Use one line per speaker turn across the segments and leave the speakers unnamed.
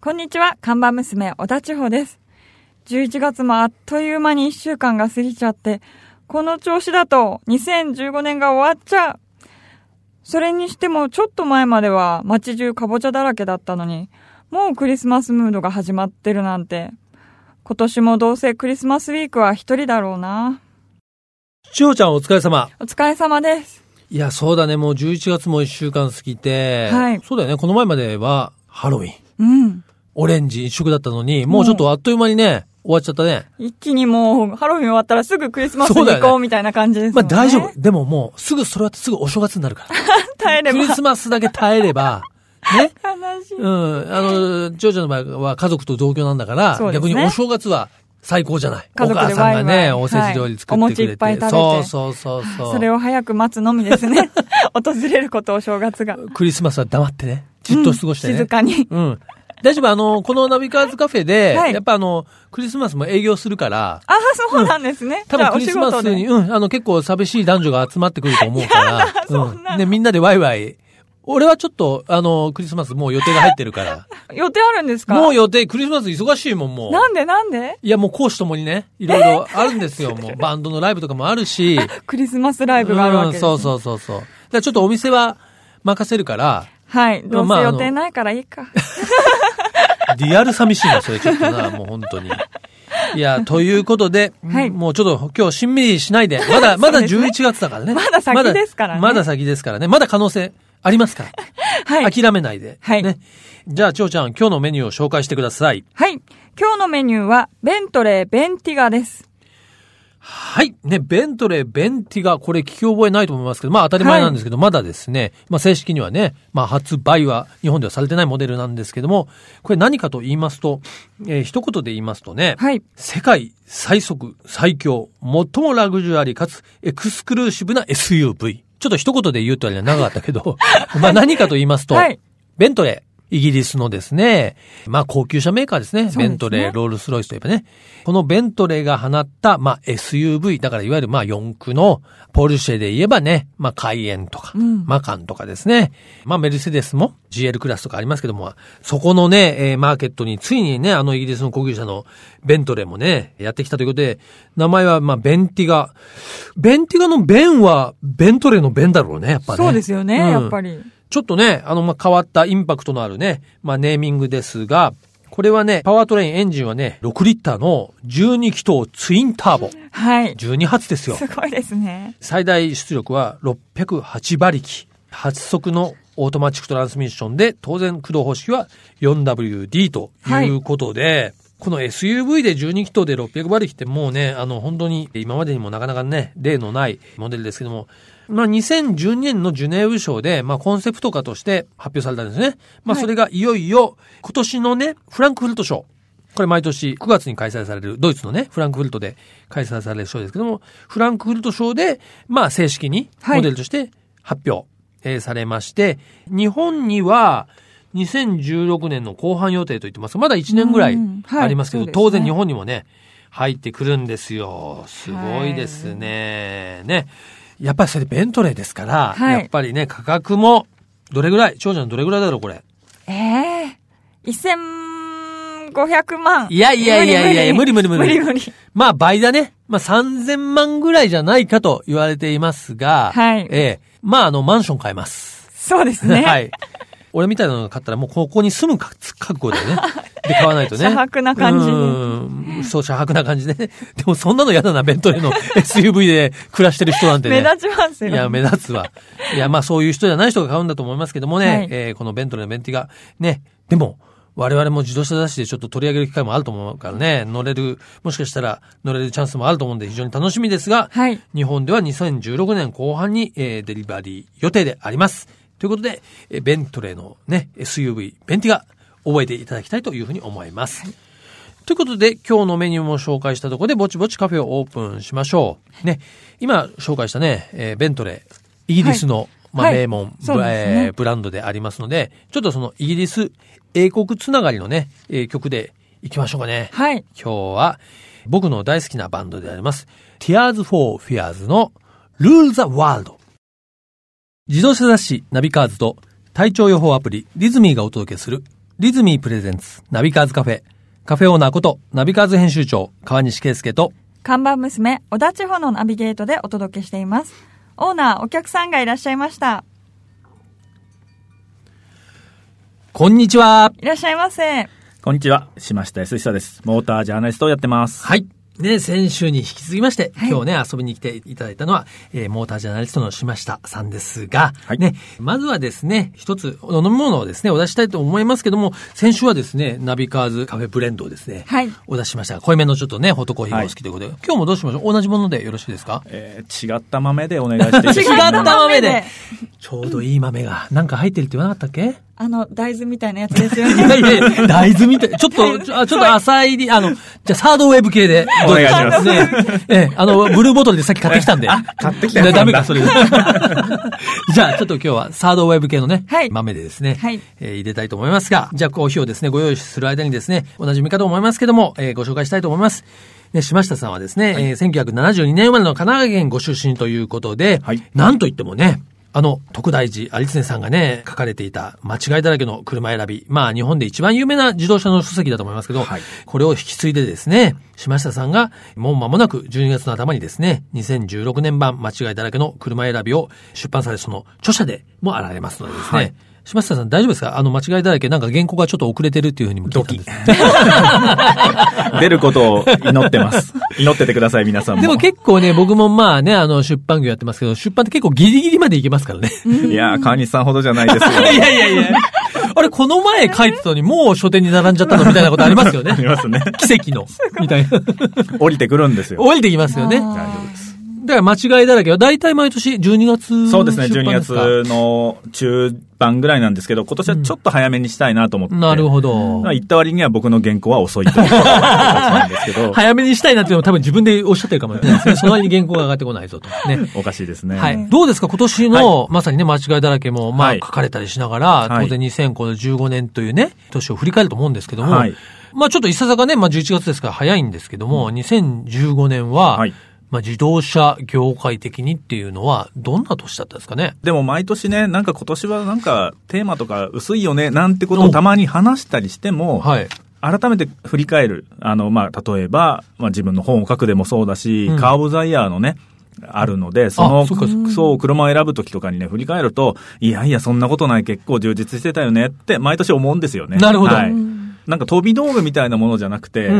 こんにちは、看板娘、小田千穂です。11月もあっという間に1週間が過ぎちゃって、この調子だと2015年が終わっちゃう。それにしてもちょっと前までは街中かぼちゃだらけだったのに、もうクリスマスムードが始まってるなんて。今年もどうせクリスマスウィークは一人だろうな。
千穂ちゃんお疲れ様。
お疲れ様です。
いや、そうだね。もう11月も1週間過ぎて。
はい
そうだよね。この前まではハロウィン。
うん。
オレンジ一色だったのに、もうちょっとあっという間にね、終わっちゃったね。
一気にもうハロウィン終わったらすぐクリスマスに行
そうだ
こう
よ
みたいな感じです
ま
もん
あ
ね。
大丈夫。でももうすぐそれはすぐお正月にな るか
耐えれ
ら。ク
ば
リスマスだけ耐えれば、ね。
悲しい。
うん。あの、千代ちゃんの場合は家族と同居なんだから、
そうです
逆
ね
にお正月は最高じゃない。
家族で
お母さんがね、
ワイワイ
おせち料理作
はい
ってくれて。
お餅いっぱい食べて
そうそうそうそう。
それを早く待つのみです ね。訪れることを正月が。
クリスマスは黙ってね。じっと過ごしてね。
うん静かに。
うん。大丈夫、あの、このナビカーズカフェで、
はい
やっぱあの、クリスマスも営業するから、
ああ、そうなんですね。
多
じゃ
分
あ
ク
お
リ
仕
スマ
事
ス
で。
に、うん、あの、結構寂しい男女が集まってくると思うから、
そんな
うん。で、みんなでワイワイ。俺はちょっと、あの、クリスマスもう予定が入ってるから、
予定あるんですか
もう予定、クリスマス忙しいもん、もう。
なんでなんで
いや、もう講師ともにね、いろいろあるんですよ、もう。バンドのライブとかもあるし、
クリスマスライブがあるわけ
う
で
ん
すね、
そうそうそうそう。だからちょっとお店は任せるから、
はい。どう
まあ
せ
あ
予
の
定ないからいい か。
リアル寂しいな、それちょっとな、もう本当に。いや、ということで、
はい
もうちょっと今日しんみりしないで、まだ、まだ11月だからね。
まだ先ですからね
まだまだ先ですからね。まだ可能性ありますから。
はい。
諦めないで。
はい
ね。じゃあ、ちょうちゃん、今日のメニューを紹介してください。
はい。今日のメニューは、ベントレー、ベンティガです。
はい。ね、ベントレー、ベンティガ、これ聞き覚えないと思いますけど、まあ当たり前なんですけど、まだですね、まあ正式にはね、まあ発売は日本ではされてないモデルなんですけども、これ何かと言いますと、えー一言で言いますとね、
はい。
世界最速、最強、最もラグジュアリーかつエクスクルーシブな SUV。ちょっと一言で言うとあれは長かった けど、まあ何かと言いますと、
はい
ベントレー。イギリスのですね、まあ高級車メーカーですね。
すね
ベントレー、ロールスロイスといえばね。このベントレーが放った、まあ SUV、だからいわゆるまあ四駆のポルシェで言えばね、まあカイエンとか、
うん
マカンとかですね。まあメルセデスも GL クラスとかありますけども、そこのね、えーマーケットについにね、あのイギリスの高級車のベントレーもね、やってきたということで、名前はまあベンティガ。ベンティガのベンはベントレーのベンだろうね、やっぱね。
そうですよね、
うん
やっぱり。
ちょっとね、あの、まあ、変わったインパクトのあるね、まあ、ネーミングですが、これはね、パワートレインエンジンはね、6リッターの12気筒ツインターボ。
はい。
12発ですよ。
すごいですね。
最大出力は608馬力。8速のオートマチックトランスミッションで、当然駆動方式は 4WD ということで、この SUV で12気筒で600馬力ってもうね、あの本当に今までにもなかなかね、例のないモデルですけども、まあ2012年のジュネーブ賞で、まあコンセプト化として発表されたんですね。まあ
はい
それがいよいよ今年のね、フランクフルト賞。これ毎年9月に開催される、ドイツのね、フランクフルトで開催される賞ですけども、フランクフルト賞で、まあ正式に
はい
モデルとして発表、えーされまして、日本には2016年の後半予定と言ってます。まだ1年ぐらい
うんはい
ありますけど、
そうですね
当然日本にもね、入ってくるんですよ。すごいですね。ね。やっぱりそれベントレーですから、
はい
やっぱりね、価格も、どれぐらい長女のどれぐらいだろう、これ。
ええ1500万。
いやいやいやいや無理無理無理
無理無理。
まあ倍だね。まあ3000万ぐらいじゃないかと言われていますが、
はい
ええまああの、マンション買います。
そうですね。
は
はい。
い。俺みたいなのが買ったらもうここに住むか覚悟で ね。で、買わないとね。
車泊な感じに
うん。そう、車泊な感じで、ね。でもそんなの嫌だな、ベントレーの SUV で暮らしてる人なんて ね。
目立ちますよ。
いや、目立 つわ。いや、まあそういう人じゃない人が買うんだと思いますけどもね、
はい
えーこのベントレーのベンティが、ね、でも、我々も自動車雑誌でちょっと取り上げる機会もあると思うからね、乗れる、もしかしたら乗れるチャンスもあると思うんで非常に楽しみですが、
はい
日本では2016年後半に、えーデリバリー予定であります。ということで、えーベントレーのね、SUV、ベンティが覚えていただきたいというふうに思います。ということで、今日のメニューも紹介したところで、ぼちぼちカフェをオープンしましょう。ね、今紹介したね、えーベントレー、イギリスの、まあ、
はい
名門、
そうですね
えーブランドでありますので、ちょっとそのイギリス、英国つながりのね、えー曲で行きましょうかね。
はい。
今日は、僕の大好きなバンドであります、Tears for Fears の Rule the World。自動車雑誌ナビカーズと体調予報アプリリズミーがお届けするリズミープレゼンツ、ナビカーズカフェ。カフェオーナーこと、ナビカーズ編集長、川西圭介と、
看板娘、小田地方のナビゲートでお届けしています。オーナー、お客さんがいらっしゃいました。
こんにちは。
いらっしゃいませ。
こんにちは、しましたやすひさです。モータージャーナリストをやってます。
はい。ね、先週に引き続きまして、
はい
今日ね、遊びに来ていただいたのは、えーモータージャーナリストの島下さんですが、
はい
ね、まずはですね、一つ、飲み物をですね、お出ししたいと思いますけども、先週はですね、ナビカーズカフェブレンドをですね、
はい
お出ししましたが、濃いめのちょっとね、ホットコーヒーがお好きということで、今日もどうしましょう同じものでよろしいですか
えー、違った豆でお願いしていいです
違
か
った豆で
違っ
ちょうどいい豆が、なんか入ってるって言わなかったっけ
あの、大豆みたいなやつですよ
いや
ね。
いや、大豆みたい。ちょっと、ちょあちょっと浅いり、あの、じゃあサードウェーブ系で。
お願いします
ね。ええ、あの、ブルーボトルでさっき買ってきたんで。
買ってきたやつ
ダ
なん
メ
だ
か、それ。 じゃあ、ちょっと今日はサードウェーブ系のね、
はい
豆でですね、
はい
えー入れたいと思いますが、じゃあコーヒーをですね、ご用意する間にですね、同じ見かと思いますけども、えーご紹介したいと思います。ね、島下さんはですね、えー1972年生まれの神奈川県ご出身ということで、
はい
なんといってもね、あの、徳大寺有常さんがね、書かれていた間違いだらけの車選び。まあ、日本で一番有名な自動車の書籍だと思いますけど、
はい
これを引き継いでですね、島下さんが、もう間もなく12月の頭にですね、2016年版間違いだらけの車選びを出版され、その著者でもあられますのでですね、
はい
島下さん大丈夫ですかあの、間違いだらけ、なんか原稿がちょっと遅れてるっていうふうにも聞いたんですけど
出ることを祈ってます。祈っててください、皆さんも。
でも結構ね、僕もまあね、あの、出版業やってますけど、出版って結構ギリギリまでいけますからね。
いやー、川西さんほどじゃないですよ。
いやいやいや。 あれ、この前書いてたのに、もう書店に並んじゃったのみたいなことありますよね
あ。りますね。
奇跡の。みたいな。
降りてくるんですよ。
降りてきますよね。
あー
だか
大丈夫です。
ら間違いだらけは、だいたい毎年12月
そうですね、
出
12
版か
月の中盤ぐらいなんですけど、今年はちょっと早めにしたいなと思って。
なる
ど。
ほど。
言った割には僕の原稿は遅いということなんですけ ど、
早めにしたいなっていうのも多分自分でおっしゃってるかもしれないです ね。その間に原稿が上がってこないぞと。ね。
おかしいですね。
はい。どうですか今年の、まさにね、間違いだらけも、まあ、
はい
書かれたりしながら、
は
当
い
然2015年というね、年を振り返ると思うんですけども、
はい
まあちょっといささかね、まあ11月ですから早いんですけども、2015年は、
はい
まあ自動車業界的にっていうのは、どんな年だったんですかね
でも毎年ね、なんか今年はなんかテーマとか薄いよね、なんてことをたまに話したりしても、
はい。
改めて振り返る。あの、まあ、例えば、まあ、自分の本を書くでもそうだし、
うん
カーオブザイヤーのね、あるので、その、
そっかそっ
服装を車を選ぶときとかにね、振り返ると、いやいや、そんなことない、結構充実してたよねって、毎年思うんですよね。
なるほど
は
う
い。なんか飛び道具みたいなものじゃなくて、
うん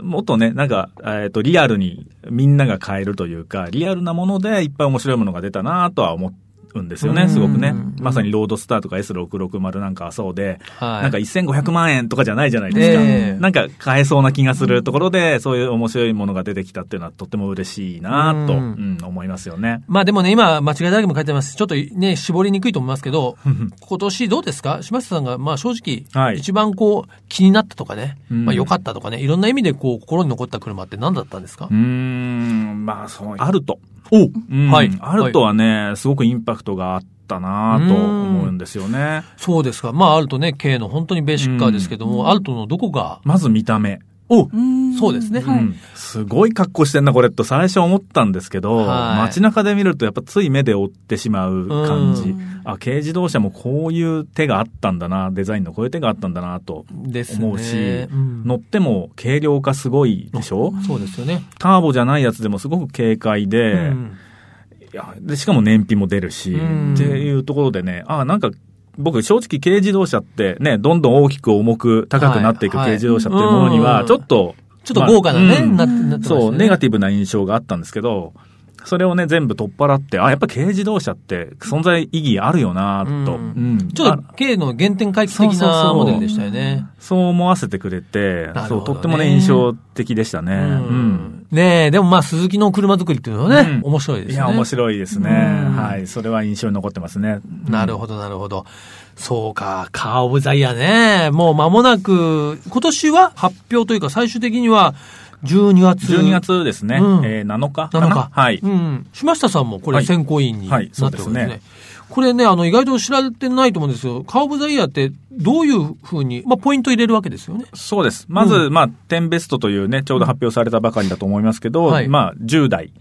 うん。
もっとね、なんか、えっ、と、リアルにみんなが変えるというか、リアルなものでいっぱい面白いものが出たなとは思うんですよ
う
ね、
ん
すごくね
うん。
まさにロードスターとか S660 なんかはそうで、
はい。
なんか1500万円とかじゃないじゃないですか。
ええ
なんか買えそうな気がするところで、そういう面白いものが出てきたっていうのはとても嬉しいなと、
う
うんん思いますよね。
まあでもね、今、間違いだらけも書いてますしちょっとね、絞りにくいと思いますけど、今年どうですか島下さんが、まあ正直、
はい
一番こう、気になったとかね、
うん
まあ良かったとかね、いろんな意味でこう、心に残った車って何だったんですか
うーん、まあそう、アルト。おうん、
はい
アルトはね、すごくインパクトがあったなと思うんですよね。
そうですか。まあ、アルトね、K の本当にベーシックカーですけども、アルトのどこが、
まず見た目。
お
ん
そうですね
はい。
うんすごい格好してんな、これ、と最初思ったんですけど、
はい
街中で見るとやっぱつい目で追ってしまう感
う
じ。あ、軽自動車もこういう手があったんだな、デザインのこういう手があったんだな、と
ですね。
思うし、
ん
乗っても軽量化すごいでしょ
そうですよね。
ターボじゃないやつでもすごく軽快で、
うん
いやでしかも燃費も出るし、
うん
っていうところでね、あなんか、僕、正直軽自動車ってね、どんどん大きく重く高くなっていく
はい
軽自動車っていうものに
はい
は
う、ん
ちょっと、
ちょっと豪華なね、
まあうん
なってなってました
そ
よ
う、
ね。
ネガティブな印象があったんですけど、それをね、全部取っ払って、あ、やっぱ軽自動車って存在意義あるよなと、
う
うんん
ちょっ
あ
と K の原点回帰的
そうそう
な
そう
モデルでしたよね。
そう思わせてくれて、
なるほどね
そう、とってもね、印象的でしたね。うん
ねえ、でもまあ、鈴木の車作りっていうのはね、
うん
面白いですね。
いや、面白いですね。
うん
はい。それは印象に残ってますね。
なるほど、なるほど。そうか、カーオブザイヤーね。もう間もなく、今年は発表というか、最終的には12月。
12月ですね、
うん
えー7日かな
7日。
はい。
うん。島下さんもこれ
はい
選考委員になっ
は
て
い
る
そ
わ
う
け
で
ですす
ね
ね。これね、あの、意外と知られてないと思うんですよ。カーオブザイヤーって、どういうふうに、まあ、ポイント入れるわけですよね。
そうです。まず、まあ、10ベストというね、ちょうど発表されたばかりだと思いますけど、
はい
まあ、10代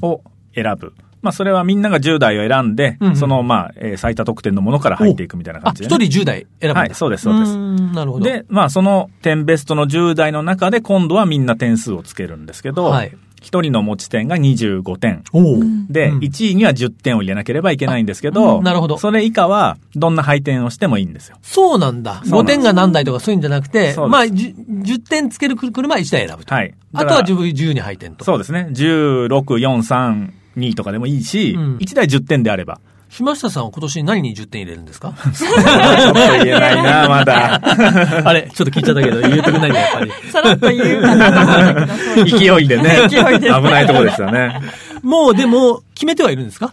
を選ぶ。まあ、それはみんなが10台を選んで、
うんうん
その、まあ、えー最多得点のものから入っていくみたいな
あ、
感じ
一
で、
人10台選ぶんだ。
はい、そうです、そうです
ー。んなるほど。
で、まあ、その点ベストの10台の中で、今度はみんな点数をつけるんですけど、
はい。
一人の持ち点が25点。
おお、
うん
で、
うん
1位には10点を入れなければいけないんですけ
う
ど、
んなるほど
それ以下は、どんな配点をしてもいいんですよ。
そうなんだ。
そうなん
5
です
点が何台とかそういうんじゃなくて、
そうです
まあ、じゅ 10, 点つける車は1台選ぶと。
はい。
あと
だから
は自分10に入ってんと。
そうですね。16、4、3、2とかでもいいし、
うん
1台10点で あれば。
島下さんは今年何に10点入れるんですか
ちょっと言えないな、まだ。
あれ、ちょっと聞いちゃったけど、言えてくれないんだ、やっ ぱり。
さらっと言うかなと思ったけど、そう
勢いでね。
勢いで
危ないとこでしたね。
もう、でも、決めてはいるんですか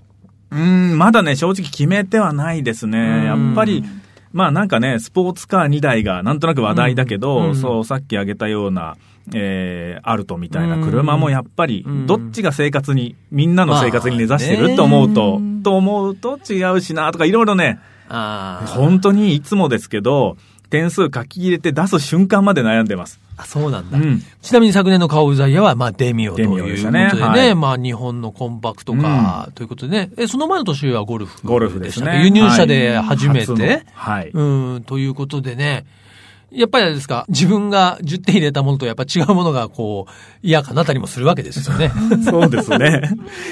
うーん、まだね、正直決めてはないですね。や
うん
っぱり、まあなんかね、スポーツカー2台がなんとなく話題だけど、
うんうん
そう、さっき挙げたような、えー、アルトみたいな車もやっぱり
うん、
どっちが生活に、みんなの生活に根ざして
まあね
ると思うと、
うん
と思うと違うしな、とかいろいろね、
あー
本当にいつもですけど、点数書き入れて出す瞬間まで悩んでます。
あ、そうなん
う
だ。
ん。
ちなみに昨年のカオウザイヤは、まあ、デミオとい
デ
うこ
ミ
と
オ
で
で
ね、
したねはい
まあ、日本のコンパクトカーということでね、え、その前の年はゴルフ。
ゴルフでしたね。
輸入車で初めて、
はい初の。はい。
うん、ということでね、やっぱりあれですか、自分が10点入れたものとやっぱ違うものがこう、嫌かなったりもするわけですよね。
そうです ね。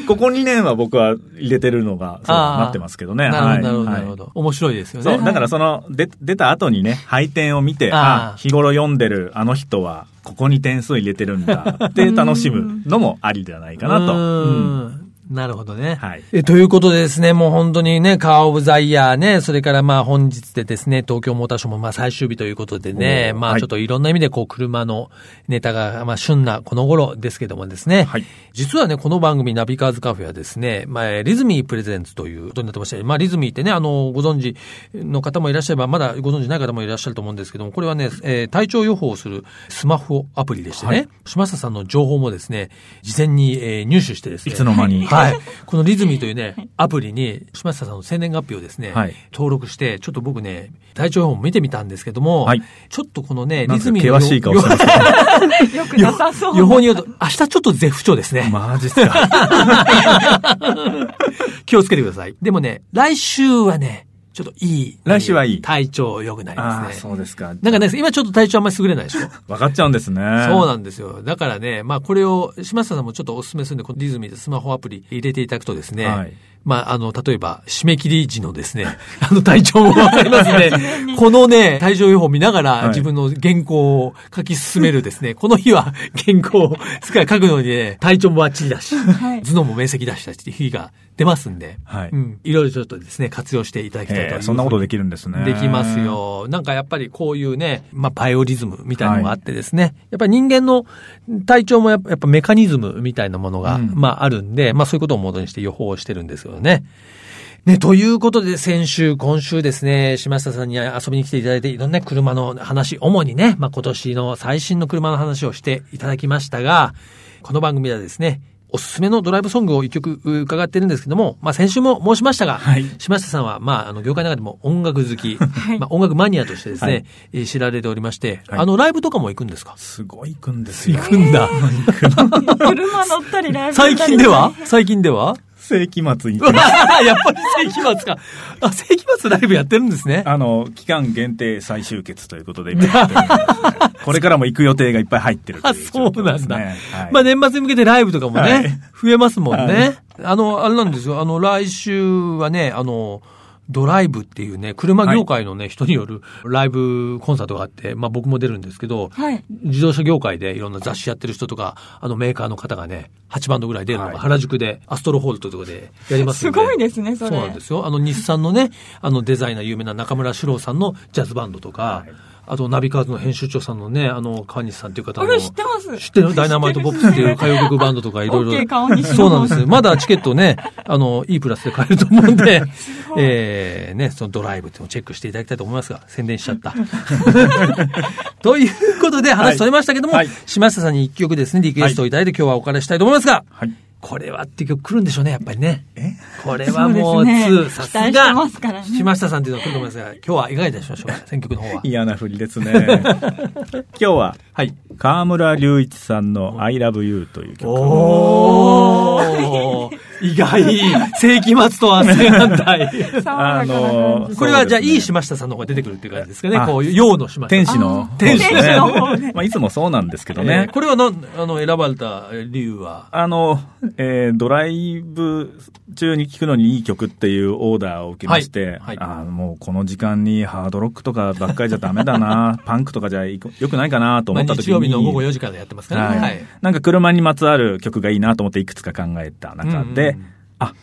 ここ2年は僕は入れてるのが、そう
あー
なってますけどね。
なる
はい
ほど、なるほど、なるほ
はい
ど。面白いですよ
そ
ね
う、。だからその、で、出た後にね、配点を見て、
あー
あ日頃読んでるあの人は、ここに点数入れてるんだって楽しむのもありではないかなと。
う
うん
ん。なるほどね。
はい。
えということでですね、もう本当にね、カーオブザイヤーね、それからまあ本日でですね、東京モーターショーもまあ最終日ということでね、
おー
まあ
はい
ちょっといろんな意味でこう車のネタが、まあ旬なこの頃ですけどもですね、
はい
実はね、この番組ナビカーズカフェはですね、まあえーリズミープレゼンツということになってまして、まあリズミーってね、あの、ご存知の方もいらっしゃれば、まだご存知ない方もいらっしゃると思うんですけども、これはね、えー体調予報をするスマホアプリでしてね、島下さんの情報もですね、事前に、えー入手してですね、
いつの間に
はい。このリズミーというね、アプリに、島下さんの生年月日をですね、
はい
登録して、ちょっと僕ね、体調予報も見てみたんですけども、
はい
ちょっとこのね、リ
なんか
ズミーの
険しい顔してます
よくなさそう。
予報によると、明日ちょっと絶不調ですね。
マジっすか。
気をつけてください。でもね、来週はね、ちょっといい。
来週はいい
体調良くなり
あ
ま
あ、
す
そ
ね。
うですか。
なんかね、今ちょっと体調あんまり優れないでしょ。
わかっちゃうんですね。
そうなんですよ。だからね、まあこれを、島下さんもちょっとお勧めするんで、このリズミーでスマホアプリ入れていただくとですね、
はい
まああの、例えば、締め切り時のですね、 あの体調もわかりますね。このね、体調予報見ながら
い
自分の原稿を書き進めるですね、この日は原稿をすっかり書くのにね、体調もバッチリだし、
はい
頭脳も明晰だしだしっていう日が出ますんで、
はい
うん、いろいろちょっとですね、活用していただきたいというふ
へ
う
え
に
そんなことできるんですね。
できます。よ。なんかやっぱりこういうね、まあバイオリズムみたいなのがあってですね、やっぱり人間の体調もやっぱやっぱメカニズムみたいなものが、
うん
まああるんで、まあそういうことを元にして予報をしてるんですよね。ね、ということで、先週、今週ですね、島下さんに遊びに来ていただいて、いろんな車の話、主にね、まあ、今年の最新の車の話をしていただきましたが、この番組ではですね、おすすめのドライブソングを一曲う伺ってるんですけども、まあ、先週も申しましたが、
はい
島下さんは、まあ、あの、業界の中でも音楽好き、
はい
まあ、音楽マニアとしてですね、
はい
えー知られておりまして、
はい
あの、ライブとかも行くんですか
すごい行くんですよ。
んだ。
車乗ったりライブ行
最
ったり
近では最近では
世紀末に行 く。
やっぱり世紀末か。あ、世紀末ライブやってるんですね。
あの、期間限定再集結ということで、今やってる んですけどこれからも行く予定がいっぱい入ってるとい
あ、
う
そう
状況
な
です
んだ。
ねはい
まあ年末に向けてライブとかもね、
はい
増えますもんね。
はい
あの、あれなんですよ。あの、来週はね、あの、ドライブっていうね、車業界のね、人によるライブコンサートがあって、まあ僕も出るんですけど、
はい。
自動車業界でいろんな雑誌やってる人とか、あのメーカーの方がね、8バンドぐらい出るの
はい
が原宿で、アストロホールというところでやります
す
んで。
ごいですね、そ
そ
れ。
うなんですよ。あの、日産のね、あの、デザイナー有名な中村史郎さんのジャズバンドとか、
はい
あと、ナビカーズの編集長さんのね、あの、川西さんという方
こ
の。
れ知ってます
知ってるダイナマイトボップスっていう歌謡曲バンドとかいろい
OK 顔
ろ。
にしろ
そうなんですよ。まだチケットね、あの、いいプラスで買えると思うんで、えー、ね、そのドライブっていうのをチェックしていただきたいと思いますが、宣伝しちゃった。 ということで話それましたけども、
はい
島下さんに一曲ですね、リクエストをいただいて今日はお借りしたいと思いますが、
はい。
これはっていう曲来るんでしょうね、やっぱりね。
え
これはも
そ
う、
うですね
2、さす
期待してますから
が、
ね
島下 さんっていうのが来ると思いますが、今日はいかがいたしましょうか、選曲の方は。
嫌な振りですね。今日は、はい。河村隆一さんの I love you という曲。
おー 意外世紀末とは正反 対。
爽やかな感じ
あの
これはじゃあ、いい島下さんの方が出てくるっていう感じですかね。
あ
こういう、洋の島下。
天使の。
天使
の方ね
まあ、いつもそうなんですけど
ね
ね。。
これはなん、あの、選ばれた理由は。
あの、えードライブ中に聴くのにいい曲っていうオーダーを受けまして、
はいはい
あーもうこの時間にハードロックとかばっかりじゃダメだ な、パンクとかじゃいく良くないかなと
ま
思
あ、
った時
日
に。
曜日の午後4時からやってますからね。
は
はいい。。
なんか車にまつわる曲がいいなと思っていくつか考えた中で、
うんうんうん
あ、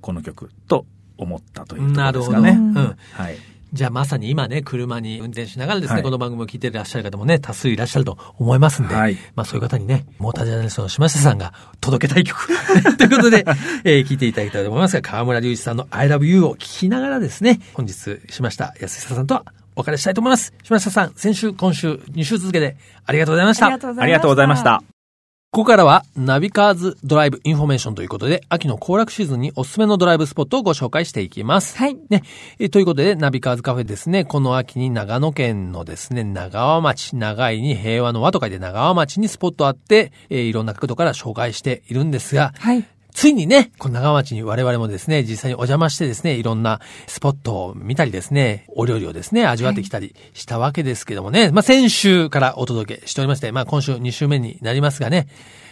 この曲と思ったというとこ
な
ろ
る
です
ほ
か
ど。
ね。
うん。
はい。
じゃあまさに今ね、車に運転しながらですね、
はい
この番組を聞いていらっしゃる方もね、多数いらっしゃると思いますんで、
はい
まあそういう方にね、モータージャーナリストの島下さんが届けたい曲 ということで、えー聞いていただきたいと思いますが、河村隆一さんの I love you を聞きながらですね、本日、島下康久さんとはお別れしたいと思います。島下さん、先週、今週、2週続けてありがとうございました。
ありがとうございました。。
ここからはナビカーズドライブインフォメーションということで、秋の行楽シーズンにおすすめのドライブスポットをご紹介していきます。
はい
ね。えということで、ナビカーズカフェですね、この秋に長野県のですね、長和町、長いに平和の和と書いて長和町にスポットあって、えーいろんな角度から紹介しているんですが、
はい。
ついにね、この長町に我々もですね、実際にお邪魔してですね、いろんなスポットを見たりですね、お料理をですね、味わってきたりしたわけですけどもね、まあ先週からお届けしておりまして、まあ今週2週目になりますがね、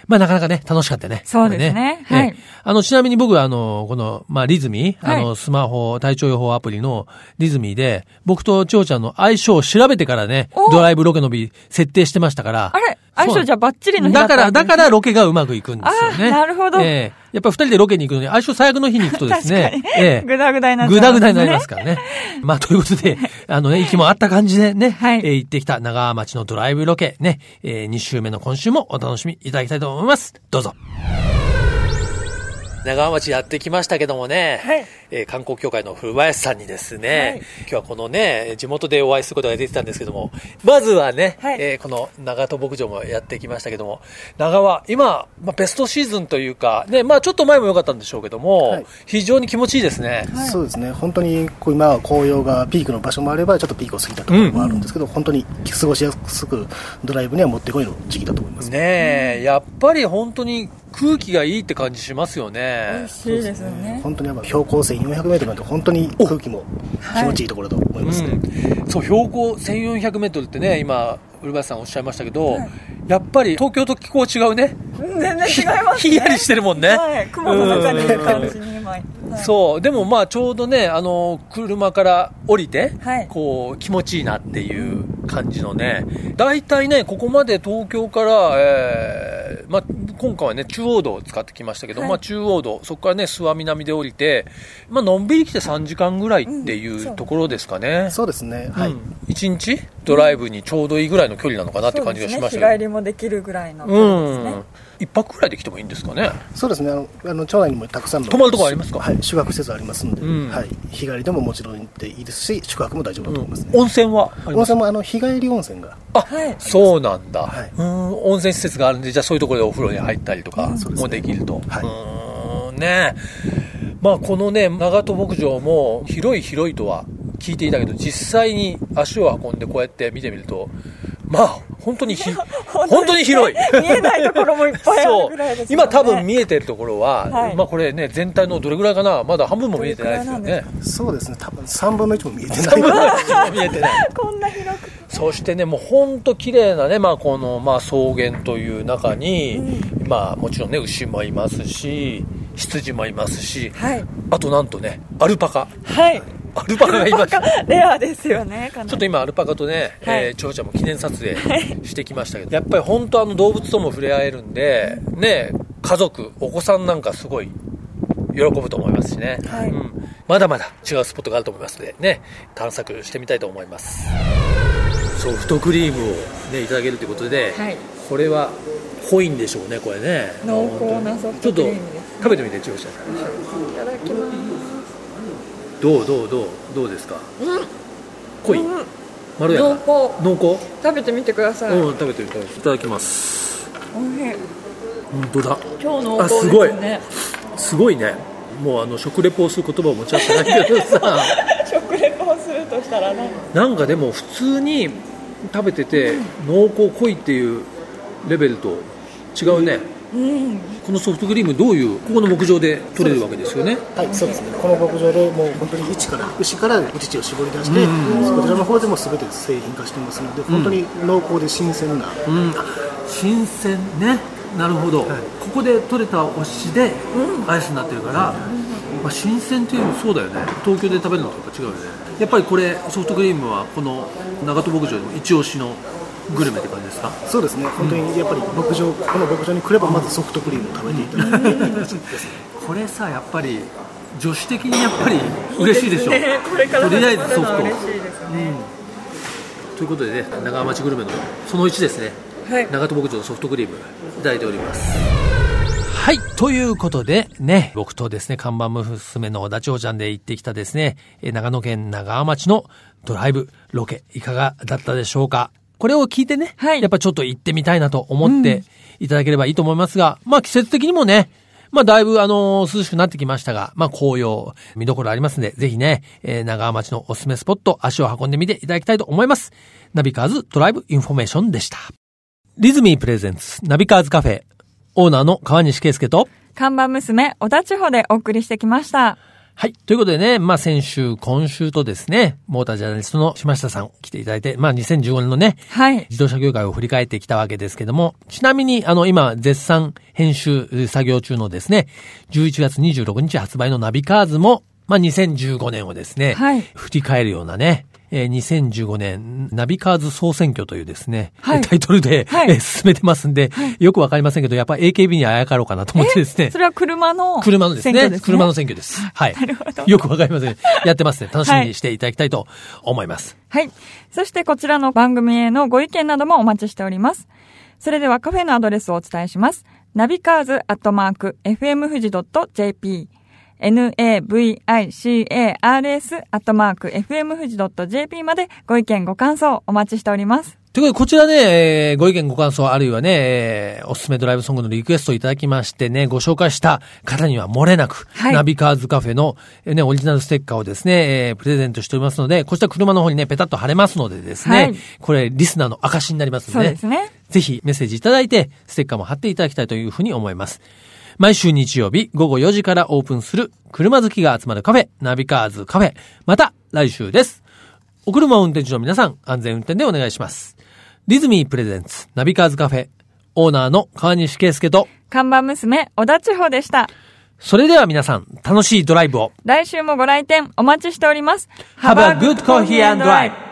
まあなかなかね、楽しかったね。
そうですね
これ
はい
ええあの、ちなみに僕はあの、この、まあリズミ、
はい
あの、スマホ体調予報アプリのリズミで、僕と千穂ちゃんの相性を調べてからね
お、
ドライブロケの日設定してましたから。
あれ相性じゃあバッチリの日だ
だ
った
から、
んですね
だからロケがうまくいくんですよね。
あーなるほど
ええやっぱり二人でロケに行くのに、相性最悪の日に行くとですね
確か、にぐだぐだになっちゃいますね
ぐだぐだになりま すからね。まあ、ということで、あのね、息もあった感じでね、
はい
えー行ってきた長浜町のドライブロケ、ね、え2週目の今週もお楽しみいただきたいと思います。どうぞ。長浜町やってきましたけどもね、
はい
えー観光協会の古林さんにですね、
はい
今日はこのね、地元でお会いすることが出てたんですけども、まずはね、
はい
えーこの長戸牧場もやってきましたけども、長は今、まあ、ベストシーズンというか、ね、まあちょっと前も良かったんでしょうけども、
はい
非常に気持ちいいですね。
はい
そうですね、本当にこう今は紅葉がピークの場所もあれば、ちょっとピークを過ぎたところもあるんですけど、本当に過ごしやすく、ドライブには持ってこいの時期だと思います。
ねえ、やっぱり本当に空気がいいって感じしますよね。
しいですよね。
本当にやっぱ標高線400メートルなんて、本当に空気も気持ちいいところだと思いますね。
うん、そう標高1400メートルってね今古林さんおっしゃいましたけど、やっぱり東京と気候違うね
全然違います、
ひ
ね。
んやりしてるもんね、
はい。雲の中にいる感じに今。はい
そうでもまあちょうどねあの車から降りて、
はい
こう気持ちいいなっていう感じのね大体ねここまで東京から、えーまあ、今回はね中央道を使ってきましたけど、
はい
まあ、中央道そこからね諏訪南で降りて、まあのんびり来て3時間ぐらいってい
うんそう
うところですかね、
そうですね、
は
はい
い、1日ドライブにちょうどいいぐらいの距離なのかなって
そう
感
で
じ
す
が
ね
しました
日帰
けど
りもできるぐらいの距
う
離ですね。
ん一泊ぐらいで来てもいいんですかね
そうですねあのあの、町内にもたくさんの
泊まるとこありますか
はい、宿泊施設ありますので、
うん
はい、日帰りでももちろん行っていいですし、宿泊も大丈夫だと思いますね。
温泉はあり
温
ます
泉もあの日帰り温泉が、
あ、
はい
そうなんだ、
はいう
ーん温泉施設があるんでじゃあそういうところでお風呂に入ったりとか
うんそうです
も
ね
できると、
はい
ー
う
んねまあこのね長門牧場も広い広いとは聞いていたけど実際に足を運んでこうやって見てみるとまあ本当にひ本当に広い
見えないところもいっぱいあるぐらいですよね。
今多分見えてるところは、
はい
まあこれね全体のどれぐらいかなまだ半分も見えてないですよ
どれ
ね
そうですね、多分3分の1も見えてないぐら い
見えてない
こんな広く。
そしてねもうほんと綺麗なねまあこのまあ草原という中に、まあもちろんね牛もいますし羊もいますし、
はい。
あとなんとねアルパカ
はい。
アルパカがいました
レアですよね。かなり
ちょっと今、アルパカとね、
はい
えー、蝶々も記念撮影してきましたけど、やっぱり本当あの動物とも触れ合えるんで、ね、家族、お子さんなんかすごい喜ぶと思いますしね。
はい
うん、まだまだ違うスポットがあると思いますので、ね、探索してみたいと思います。ソフトクリームをね、いただけるということで、
はい
これは濃いんでしょうね、これね。
濃厚なソフトクリームです
ちょっと食べてみて、千代ちゃん。いただきます。どうどうどうどうですか。濃い。まろやか。
濃厚。
濃厚
食べてみてください。
うん食べてみたいいただきます
美味しい。
本当だ
超濃
あ
厚です
す
ね。
ごいすごいねもうあの食レポをする言葉を持ち合 ってないけどさ
食レポをするとしたらね。
なんかでも普通に食べてて、濃厚濃いっていうレベルと違うね、
うん。
このソフトクリームどういうここの牧場で取れるわけですよね
はい、そうですね。この牧場でもう本当に一から牛からお乳を絞り出して、こちらの方でも全て製品化してますので、本当に濃厚で新鮮な、
うん新鮮ねなるほど、ここで取れたおしでアイスになってるから、まあ、新鮮っていうのもそうだよね東京で食べるのとやっぱ違うよねやっぱりこれソフトクリームはこの長門牧場でも一押しのグルメって感じですか
そうですね。本当にやっぱり牧場この牧場に来ればまずソフトクリームを食べていただいて、
これさやっぱり女子的にやっぱり嬉しいで しょ
ねこれから
とりあえ
始まる
ずソ
の
フ
は
ト
嬉しいですね。
ということでね長町グルメのその1ですね
はい。
長門牧場のソフトクリームいただいておりますはいということでね僕とですね看板娘の小田千穂ちゃんで行ってきたですねえ長野県長町のドライブロケいかがだったでしょうかこれを聞いてね、
はい
やっぱちょっと行ってみたいなと思っていただければいいと思いますが、まあ季節的にもねまあだいぶあのー涼しくなってきましたが、まあ紅葉見どころありますんで、ぜひね、えー長町のおすすめスポット足を運んでみていただきたいと思います。ナビカーズドライブインフォメーションでした。リズミープレゼンツナビカーズカフェオーナーの川西圭介と
看板娘、小田地方でお送りしてきました。
はい。ということでね、まあ先週、今週とですね、モータージャーナリストの島下さん来ていただいて、まあ2015年のね、
はい。
自動車業界を振り返ってきたわけですけども、ちなみに、あの、今、絶賛編集作業中のですね、11月26日発売のナビカーズも、まあ、2015年をですね、
はい
振り返るようなね、えー2015年、ナビカーズ総選挙というですね、
はい
タイトルで、
はい
えー進めてますんで、よくわかりませんけど、やっぱ AKB にあやかろうかなと思ってですね
そ、れは車の
車のです
選挙
ね、車の選挙です。はい。
なるほど
よくわかりません。やってますね。楽しみにしていただきたいと思います。
はい。そしてこちらの番組へのご意見などもお待ちしております。それではカフェのアドレスをお伝えします。ナビカーズアットマーク FM 富士 .jp navicars アットマーク FM 富士 .jp までご意見ご感想お待ちしております。
ということで、こちらね、えーご意見ご感想、あるいはね、えーおすすめドライブソングのリクエストをいただきましてね、ご紹介した方には漏れなく、
はい
ナビカーズカフェの、えーね、オリジナルステッカーをですね、えープレゼントしておりますので、こちら車の方にね、ペタッと貼れますのでですね、
はい
これ、リスナーの証になりますの
そう
で、
ですね。
ぜひメッセージいただいて、ステッカーも貼っていただきたいというふうに思います。毎週日曜日午後4時からオープンする車好きが集まるカフェ、ナビカーズカフェ。また来週です。お車を運転中の皆さん、安全運転でお願いします。ディズミープレゼンツ、ナビカーズカフェ、オーナーの川西圭介と、
看板娘、小田地方でした。
それでは皆さん、楽しいドライブを。
来週もご来店お待ちしております。
Have a good coffee and drive!